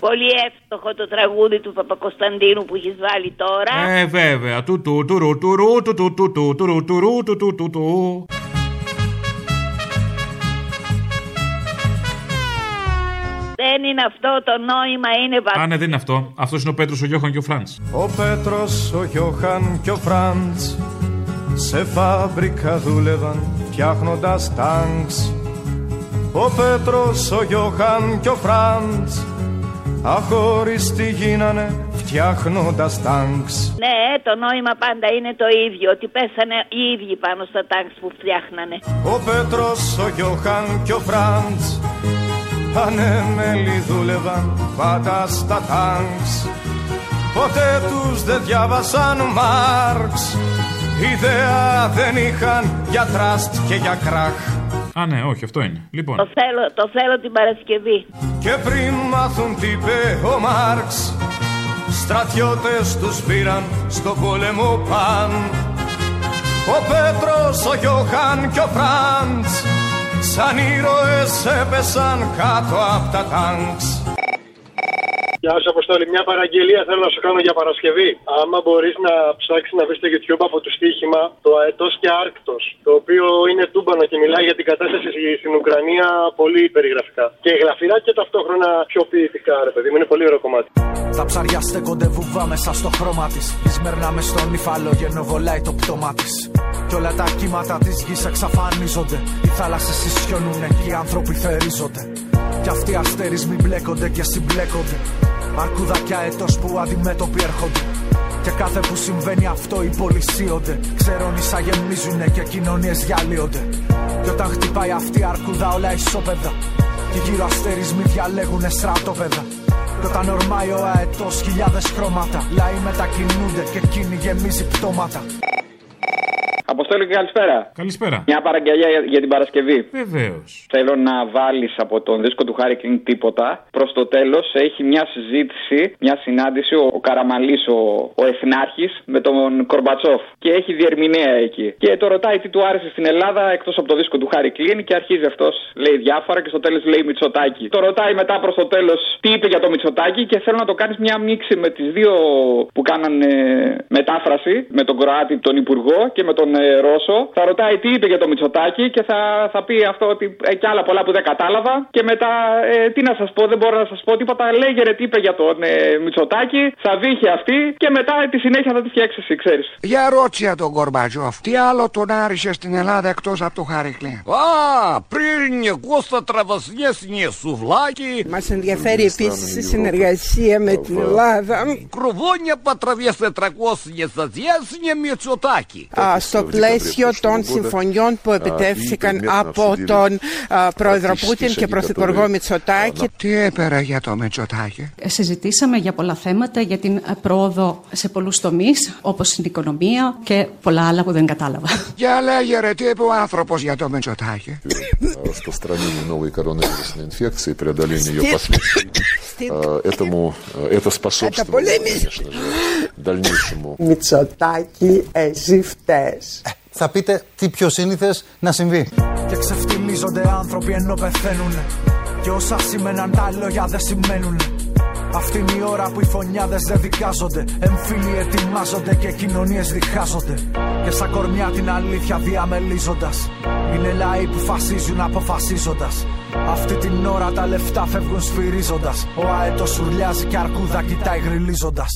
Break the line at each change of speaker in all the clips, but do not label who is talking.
Πολύ εύστοχο το τραγούδι του Παπακοσταντίνου που έχεις βάλει τώρα.
Ε, βέβαια. Του του του ρου του ρου του του του του του του ρου του του του του.
Δεν είναι αυτό το νόημα, είναι βαθύ.
Α, ναι, δεν είναι αυτό. Αυτός είναι ο Πέτρος, ο Γιώχαν και ο Φραντ.
Ο Πέτρος, ο Γιώχαν και ο Φραντς σε φάμπρικα δούλευαν φτιάχνοντας τάγκς. Ο Πέτρος, ο Γιώχαν και ο Φραντς αχωριστοί γίνανε φτιάχνοντας τάγκς.
Ναι, το νόημα πάντα είναι το ίδιο, ότι πέσανε οι ίδιοι πάνω στα τάγκς που φτιάχνανε.
Ο Πέτρος, ο Γιώχαν και ο Φραντς Ανέμελοι δούλευαν πάντα στα τάγκς Ποτέ τους δεν διάβασαν Μάρξ Ιδέα δεν είχαν για τραστ και για κράχ
Α, ναι, όχι, αυτό είναι. Λοιπόν.
Το θέλω, το θέλω την Παρασκευή.
Και πριν μάθουν τι είπε ο Μάρξ Στρατιώτες τους πήραν στον πόλεμο παν Ο Πέτρος, ο Γιώχαν και ο Φραντς Σαν ήρωες έπεσαν κάτω απ' τα τάγκς
Γεια σου, Αποστόλη. Μια παραγγελία θέλω να σου κάνω για Παρασκευή. Άμα μπορείς να ψάξεις να βρεις στο YouTube από το στοίχημα το Αετός και Άρκτος, το οποίο είναι τούμπανο και μιλάει για την κατάσταση στην Ουκρανία πολύ περιγραφικά. Και γραφειρά και ταυτόχρονα πιο ποιητικά, ρε παιδί μου. Είναι πολύ ωραίο κομμάτι.
Τα ψαριά στέκονται βουβά μέσα στο χρώμα της. Σμερνά μες στον υφάλο, γενοβολάει το πτώμα της. Κι όλα τα κύματα της γης εξαφανίζονται. Οι θάλασσες ισιώνουνε και οι άνθρωποι θερίζονται. Κι αυτοί οι αστερισμοί μπλέκονται και συμπλέκονται. Αρκουδάκια ετός που αντιμέτωποι έρχονται. Και κάθε που συμβαίνει αυτό υπολυσίονται. Ξερόνισα γεμίζουνε και κοινωνίες διαλύονται. Κι όταν χτυπάει αυτή η αρκούδα όλα ισόπεδα. Και γύρω αστερισμοί διαλέγουνε στρατόπεδα. Κι όταν ορμάει ο αετός χιλιάδες χρώματα. Λαοί μετακινούνται και εκείνη γεμίζει πτώματα.
Αποστόλη, καλησπέρα.
Καλησπέρα.
Ναι.
Μια παραγγελία για, για την Παρασκευή.
Βεβαίως.
Θέλω να βάλεις από τον δίσκο του Χάρη Κλίν τίποτα. Προς το τέλος έχει μια συζήτηση, μια συνάντηση ο, ο Καραμαλής, ο, ο Εθνάρχης, με τον Κορμπατσόφ. Και έχει διερμηνέα εκεί. Και το ρωτάει τι του άρεσε στην Ελλάδα εκτός από το δίσκο του Χάρη Κλίν και αρχίζει αυτός, λέει διάφορα και στο τέλος λέει Μητσοτάκι. Το ρωτάει μετά προς το τέλος τι είπε για το Μητσοτάκι και θέλω να το κάνεις μια μίξη με τις δύο που κάνανε μετάφραση με τον Κροάτι, τον Υπουργό και με τον ε, Ρώσο, θα ρωτάει τι είπε για το Μητσοτάκι και θα, θα πει αυτό ότι ε, και άλλα πολλά που δεν κατάλαβα. Και μετά, ε, τι να σας πω, δεν μπορώ να σας πω τίποτα. Λέγε ρε, τι είπε για τον ε, Μητσοτάκι, θα βύχει αυτή και μετά ε, τη συνέχεια θα τη φτιάξεις εσύ, ξέρεις.
Για ρώτσε τον Κορμπατζόφ, τι άλλο τον άρισε στην Ελλάδα εκτός από το Χαρικλέ.
Α, πριν εγώ στα τραβασιέ είναι σουβλάκι.
Μας ενδιαφέρει επίσης η συνεργασία με την Ελλάδα.
Κροβόνια πατραβιέ 400 είναι Μητσοτάκι.
Α, στο πλαίσιο των συμφωνιών που επιτεύχθηκαν από τον πρόεδρο Πούτιν και πρωθυπουργό Μητσοτάκη.
Ε, Τι έπερα για το Μητσοτάκη.
Ε, Συζητήσαμε για πολλά θέματα, για την ε, πρόοδο σε πολλούς τομείς, όπως την οικονομία και πολλά άλλα που δεν κατάλαβα.
Για λέγε ρε, τι είπε ο άνθρωπος για το Μητσοτάκη.
Распространение новой коронавирусной инфекции, преодоление ее последствий. Э, Этому это способствует, конечно же, дальнейшему.
Μητσοτάκη,
ε,
εσύ φταίς.
θα πείτε τι πιο σύνηθες να συμβεί.
Και ξεφτιμίζονται άνθρωποι ενώ πεθαίνουν. Και όσα σήμαιναν τα λόγια δεν σημαίνουν. Αυτή είναι η ώρα που οι φωνιάδες δεν δικάζονται Εμφύλοι ετοιμάζονται και κοινωνίες διχάζονται Και στα κορμιά την αλήθεια διαμελίζοντας Είναι λαοί που φασίζουν αποφασίζοντας Αυτή την ώρα τα λεφτά φεύγουν σφυρίζοντας Ο αέτος ουρλιάζει και αρκούδα κοιτάει γρυλίζοντας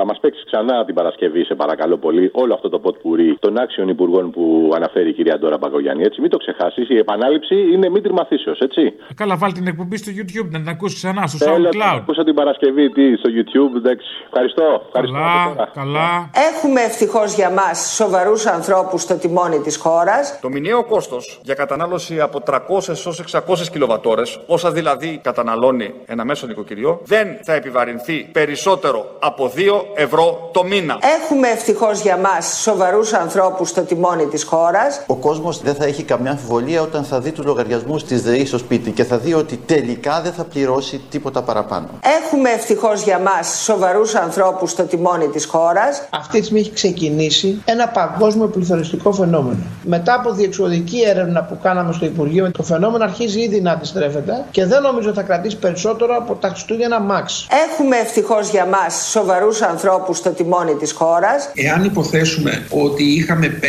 θα μας παίξεις ξανά την Παρασκευή, σε παρακαλώ πολύ, όλο αυτό το ποτπουρί των άξιων υπουργών που αναφέρει η κυρία Ντόρα Μπαγκογιάννη. Έτσι, μην το ξεχάσεις. Η επανάληψη είναι μην τριμαθήσεω, έτσι.
Καλά, βάλει την εκπομπή στο YouTube να την ακούσεις ξανά, στο SoundCloud.
Ακούσα την Παρασκευή τι, στο YouTube, εντάξει. Ευχαριστώ. Ευχαριστώ
καλά, καλά.
Έχουμε ευτυχώς για μας σοβαρούς ανθρώπους στο τιμόνι της χώρας.
Το μηνιαίο κόστος για κατανάλωση από 300 έω 600 κιλοβατόρες, όσα δηλαδή καταναλώνει ένα μέσο νοικοκυριό, δεν θα επιβαρυνθεί περισσότερο από 2 ευρώ το μήνα.
Έχουμε ευτυχώς για μας σοβαρούς ανθρώπους στο τιμόνι της χώρας.
Ο κόσμος δεν θα έχει καμιά αμφιβολία όταν θα δει τους λογαριασμούς της ΔΕΗ στο σπίτι και θα δει ότι τελικά δεν θα πληρώσει τίποτα παραπάνω.
Έχουμε ευτυχώς για μας σοβαρούς ανθρώπους στο τιμόνι της χώρας.
Αυτή τη στιγμή έχει ξεκινήσει ένα παγκόσμιο πληθωριστικό φαινόμενο. Μετά από διεξοδική έρευνα που κάναμε στο Υπουργείο, το φαινόμενο αρχίζει ήδη να αντιστρέφεται και δεν νομίζω θα κρατήσει περισσότερο από τα Χριστούγεννα Μαξ.
Έχουμε ευτυχώς για μας σοβαρούς ανθρώπους στο τιμόνι της χώρας.
Ε,
Εάν υποθέσουμε ότι είχαμε 5.000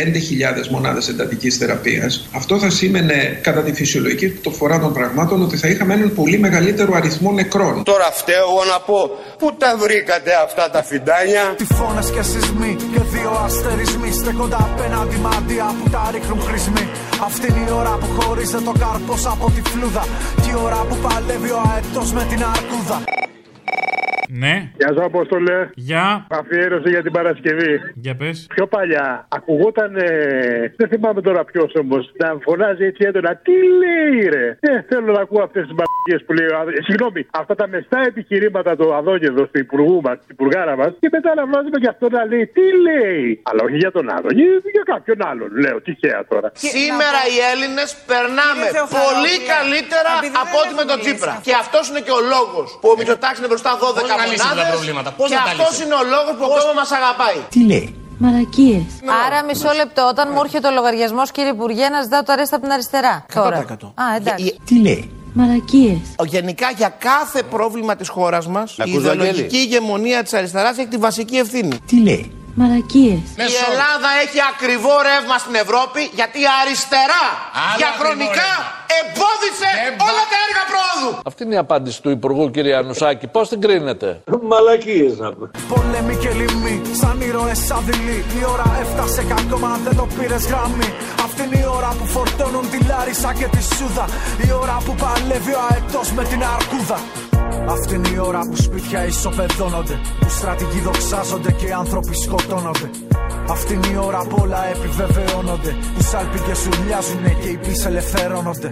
μονάδες εντατικής θεραπείας, αυτό θα σήμαινε κατά τη φυσιολογική του φορά των πραγμάτων ότι θα είχαμε έναν πολύ μεγαλύτερο αριθμό νεκρών.
Τώρα φταίω εγώ να πω πού τα βρήκατε αυτά τα φιντάνια.
Τυφώνες και σεισμοί και δύο αστερισμοί στέκονται απέναντι μαντία που τα ρίχνουν χρησμοί. Αυτή είναι η ώρα που χωρίζεται το καρπός από τη φλούδα. Και η ώρα που παλεύει ο αετός με την αρκούδα.
Ναι,
Γεια σου, Απόστολε.
Γεια.
Αφιέρωση για την Παρασκευή.
για πες.
Πιο παλιά ακουγόταν. ε, δεν θυμάμαι τώρα ποιος όμως. Να φωνάζει έτσι έντονα. Τι λέει, ρε. Ε, θέλω να ακούω αυτές τις μπαμπιέ που λέει. ο Αδ- ε, Συγγνώμη, αυτά τα μεστά επιχειρήματα του Αδόγεδο, του υπουργού μας, την υπουργάρα μας. Και μετά να βγάζουμε και αυτό να λέει. Τι λέει. Αλλά όχι για τον άλλον. Για, για κάποιον άλλον, λέω. Τυχαία τώρα.
Σήμερα οι Έλληνες περνάμε
Κύριε Θεοχαρόπουλε,
πολύ καλύτερα
επειδή δεν
από ό,τι με τον
έχουμε
Τσίπρα.
λύσει.
Και αυτός είναι και ο λόγος που ο Μητσοτάκης είναι μπροστά 12
Πώς να λύσετε τα
μονάδε.
προβλήματα, πώς
Και
να τα
αυτός
λύσετε.
είναι ο λόγος που ο κόσμο μας αγαπάει.
Τι λέει.
Μαρακίε. Άρα, μισό λεπτό. Όταν μου έρχεται ο λογαριασμός, κύριε Υπουργέ, να ζητάω το αρέστα από την αριστερά. Τώρα.
100%.
Α, εντάξει.
Τι λέει.
Μαρακίε.
Γενικά για κάθε πρόβλημα της χώρας μας, η
ακούς,
ιδεολογική
Βαγγέλη.
ηγεμονία της αριστεράς έχει τη βασική ευθύνη.
Τι λέει.
Μαρακίε.
Η Ελλάδα έχει ακριβό ρεύμα στην Ευρώπη γιατί η αριστερά
Άλλο
διαχρονικά εμπόδισε όλα τα έργα πρόοδου.
Αυτή είναι η απάντηση του Υπουργού, κύριε Ανουσάκη. Πώς την κρίνετε,
Μαλακίες να πούμε.
Πολέμοι και λοιμοί, σαν ήρωες αδειλοί. Η ώρα έφτασε και ακόμα δεν το πήρες γραμμή. Αυτή είναι η ώρα που φορτώνουν τη Λάρισα και τη Σούδα. Η ώρα που παλεύει ο αετός με την αρκούδα. Αυτή είναι η ώρα που σπίτια ισοπεδώνονται. Που στρατηγοί δοξάζονται και οι άνθρωποι σκοτώνονται. Αυτή είναι η ώρα που όλα επιβεβαιώνονται. Που σάλπιγγε ουρλιάζουνε και οι πίσω ελευθερώνονται.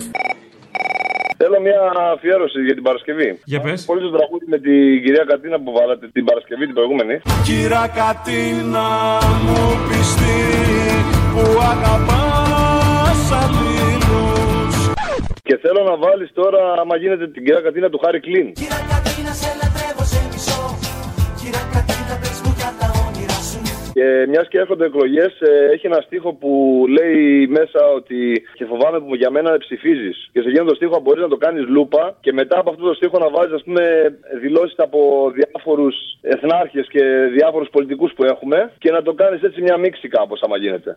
Θέλω μια αφιέρωση για την Παρασκευή.
Για πες.
Πολύ το τραγούδι με την κυρία Κατίνα που βάλατε την Παρασκευή την προηγούμενη.
Κύρα Κατίνα μου πιστή που αγαπάς αλλήλους
Και θέλω να βάλεις τώρα, άμα γίνεται, την κυρία Κατίνα του Χάρη Κλίν.
Κατίνα σε λατρεύω, σε μισώ. Κύρα Κατίνα, πες μου για τα όνειρά σου.
Και μιας και έρχονται εκλογές, έχει ένα στίχο που λέει μέσα ότι και φοβάμαι που για μένα ψηφίζεις. Και σε εκείνο το στίχο μπορείς να το κάνεις λούπα και μετά από αυτό το στίχο να βάζεις, ας πούμε, δηλώσεις από διάφορους εθνάρχες και διάφορους πολιτικούς που έχουμε και να το κάνεις έτσι μια μίξη κάπως, άμα γίνεται.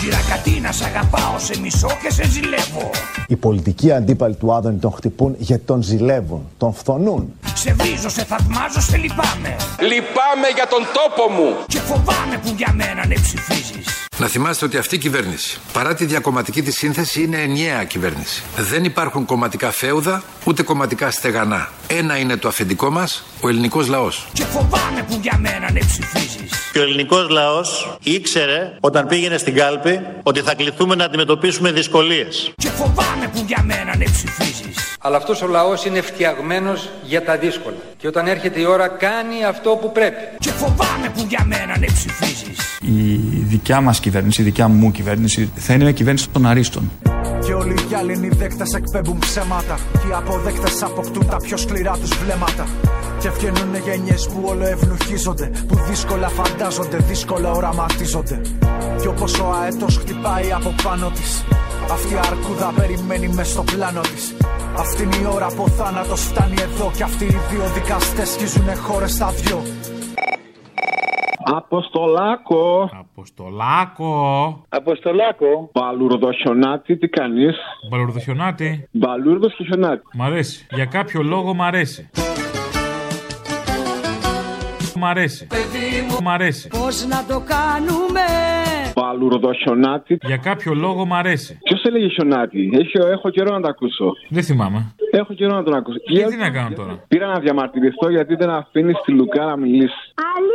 Κύρα Κατίνα, σ' αγαπάω, σε μισώ και σε ζηλεύω.
Οι πολιτικοί αντίπαλοι του Άδωνη τον χτυπούν γιατί τον ζηλεύουν, τον φθονούν.
Σε βρίζω, σε θαυμάζω, σε λυπάμαι.
Λυπάμαι για τον τόπο μου.
Και φοβάμαι που για μένα ναι ψηφίζει.
Να θυμάστε ότι αυτή η κυβέρνηση, παρά τη διακομματική της σύνθεση, είναι ενιαία κυβέρνηση. Δεν υπάρχουν κομματικά φέουδα, ούτε κομματικά στεγανά. Ένα είναι το αφεντικό μας, ο ελληνικός λαός.
Και φοβάμαι που για μένα ναι ψηφίζεις.
Και ο ελληνικός λαός ήξερε όταν πήγαινε στην κάλπη ότι θα κληθούμε να αντιμετωπίσουμε δυσκολίες.
Και φοβάμαι που για μένα ναι ψηφίζεις.
Αλλά αυτός ο λαός είναι φτιαγμένος για τα δύσκολα. Και όταν έρχεται η ώρα κάνει αυτό που πρέπει.
Και φοβάμαι που για μένα ναι ψηφίζεις.
η δικιά μας κυβέρνηση, η δικιά μου κυβέρνηση θα είναι μια κυβέρνηση των αρίστων.
Και όλοι οι γυάλινοι δέκτες εκπέμπουν ψέματα. Και οι αποδέκτες αποκτούν τα πιο σκληρά τους βλέμματα. Και βγαίνουν γενιές που όλο ευνουχίζονται. Που δύσκολα φαντάζονται, δύσκολα οραματίζονται. Και όπως ο αέτο χτυπάει από πάνω της, αυτή η αρκούδα περιμένει μες στο πλάνο της. Αυτή είναι η ώρα που ο θάνατος φτάνει εδώ. Και αυτοί οι δύο δικαστές σκίζουνε χώρες στα δυο.
Αποστολάκο.
Αποστολάκο.
Αποστολάκο. Μπαλουρδοχιονάτη, τι κάνεις.
Μπαλουρδοχιονάτη.
Μπαλούρδο και χιονάτη.
Μ' αρέσει. Για κάποιο λόγο μ' αρέσει. Μ' αρέσει. Μ' αρέσει.
Πώς να το κάνουμε
Μπαλουρδοχιονάτη.
Για κάποιο λόγο μ' αρέσει.
Ποιος έλεγε χιονάτη. Έχω, έχω καιρό να τα ακούσω.
Δεν θυμάμαι.
Έχω καιρό να τον ακούσω.
Γιατί να κάνω τώρα.
Πήρα να διαμαρτυρηθώ γιατί δεν αφήνεις τη Λουκά να μιλήσει.
Αλήτη,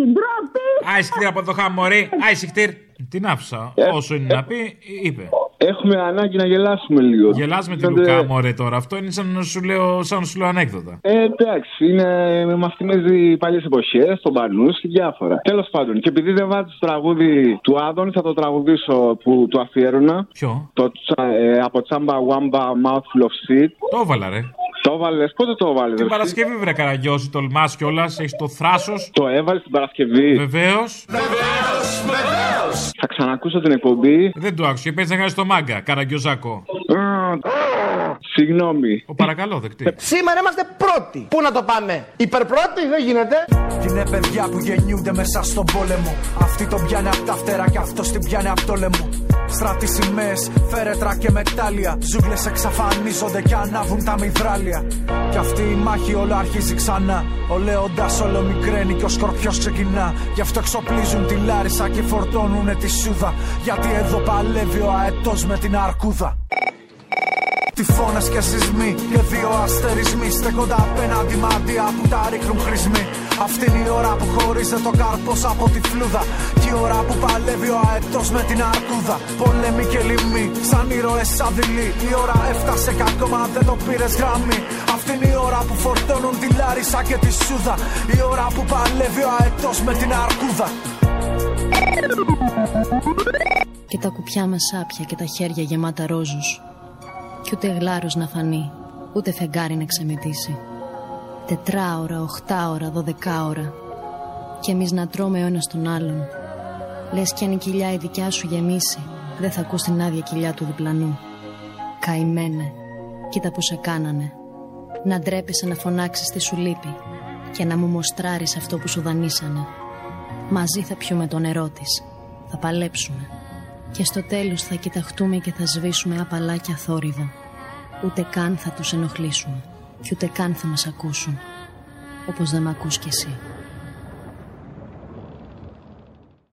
Ε,
ντροπή. Άισιχτήρ από το χάμορι. Άισιχτήρ. Την άφησα. Όσο είναι να πει, ε, είπε.
Έχουμε ανάγκη να γελάσουμε λίγο.
Γελάς με τη Λουκά, μωρέ τώρα. Αυτό είναι σαν να σου λέω, σαν να σου λέω ανέκδοτα.
Ε, εντάξει, είναι με μαθημίζει παλιές εποχές, τον Πανού και διάφορα. Τέλος πάντων, και επειδή δεν βάζει το τραγούδι του Άδων, θα το τραγουδήσω που του αφιέρωνα.
Ποιο?
Το, τσα- ε, από τσάμπα Wamba Mouthful of Seed.
Το έβαλα, ρε.
Το έβαλες, πότε το έβαλες,
Την Παρασκευή, βρε καραγκιόζη, τολμάς κιόλας. Έχεις το θράσος.
Το έβαλες την Παρασκευή.
Βεβαίως.
Θα ξανακούσω την εκπομπή.
Δεν το άκουσα. Παίζει να κάνει το μάγκα, καραγκιόζακο.
Α, Συγγνώμη.
Ο παρακαλώ, δεκτή.
Σήμερα είμαστε πρώτοι. Πού να το πάμε, υπερπρώτη, δεν γίνεται.
Είναι παιδιά που γεννιούνται μέσα στον πόλεμο. Αυτή τον πιάνε από τα φτερά και αυτός την πιάνε από το λαιμό. Στράτη σημαίε, φέρετρα και μετάλλια. Ζούγκλες εξαφανίζονται και ανάβουν τα μυδράλια. Κι αυτή η μάχη όλο αρχίζει ξανά. Ο Λέοντας όλο μικραίνει και ο Σκορπιός ξεκινά. Γι' αυτό εξοπλίζουν τη Λάρισα και φορτώνουνε τη Σούδα. Γιατί εδώ παλεύει ο αετός με την αρκούδα. Τυφώνες και σεισμοί και δύο αστερισμοί Στέκονται απέναντι μαντία που τα ρίχνουν χρησμοί Αυτή είναι η ώρα που χωρίζεται ο καρπός από τη φλούδα Και η ώρα που παλεύει ο αετός με την αρκούδα Πολέμοι και λοιμοί σαν ήρωες αδειλοί Η ώρα έφτασε και ακόμα δεν το πήρες γραμμή Αυτή είναι η ώρα που φορτώνουν τη Λάρισα και τη Σούδα Η ώρα που παλεύει ο αετός με την αρκούδα
Και τα κουπιά με σάπια και τα χέρια γεμάτα ρόζους Κι ούτε γλάρος να φανεί, ούτε φεγγάρι να ξεμητήσει Τετράωρα, οχτάωρα, δωδεκάωρα Κι εμείς να τρώμε ο ένας τον άλλον Λες κι αν η κοιλιά η δικιά σου γεμίσει Δεν θα ακούς την άδεια κοιλιά του διπλανού Καημένε, κοίτα που σε κάνανε Να ντρέπεσαι να φωνάξεις τι σου λείπει Και να μου μοστράρεις αυτό που σου δανείσανε Μαζί θα πιούμε το νερό της Θα παλέψουμε και στο τέλος θα κοιταχτούμε και θα σβήσουμε απαλά και αθόρυβα. Ούτε καν θα τους ενοχλήσουμε. Και ούτε καν θα μας ακούσουν. Όπως δεν μ' ακούς κι εσύ.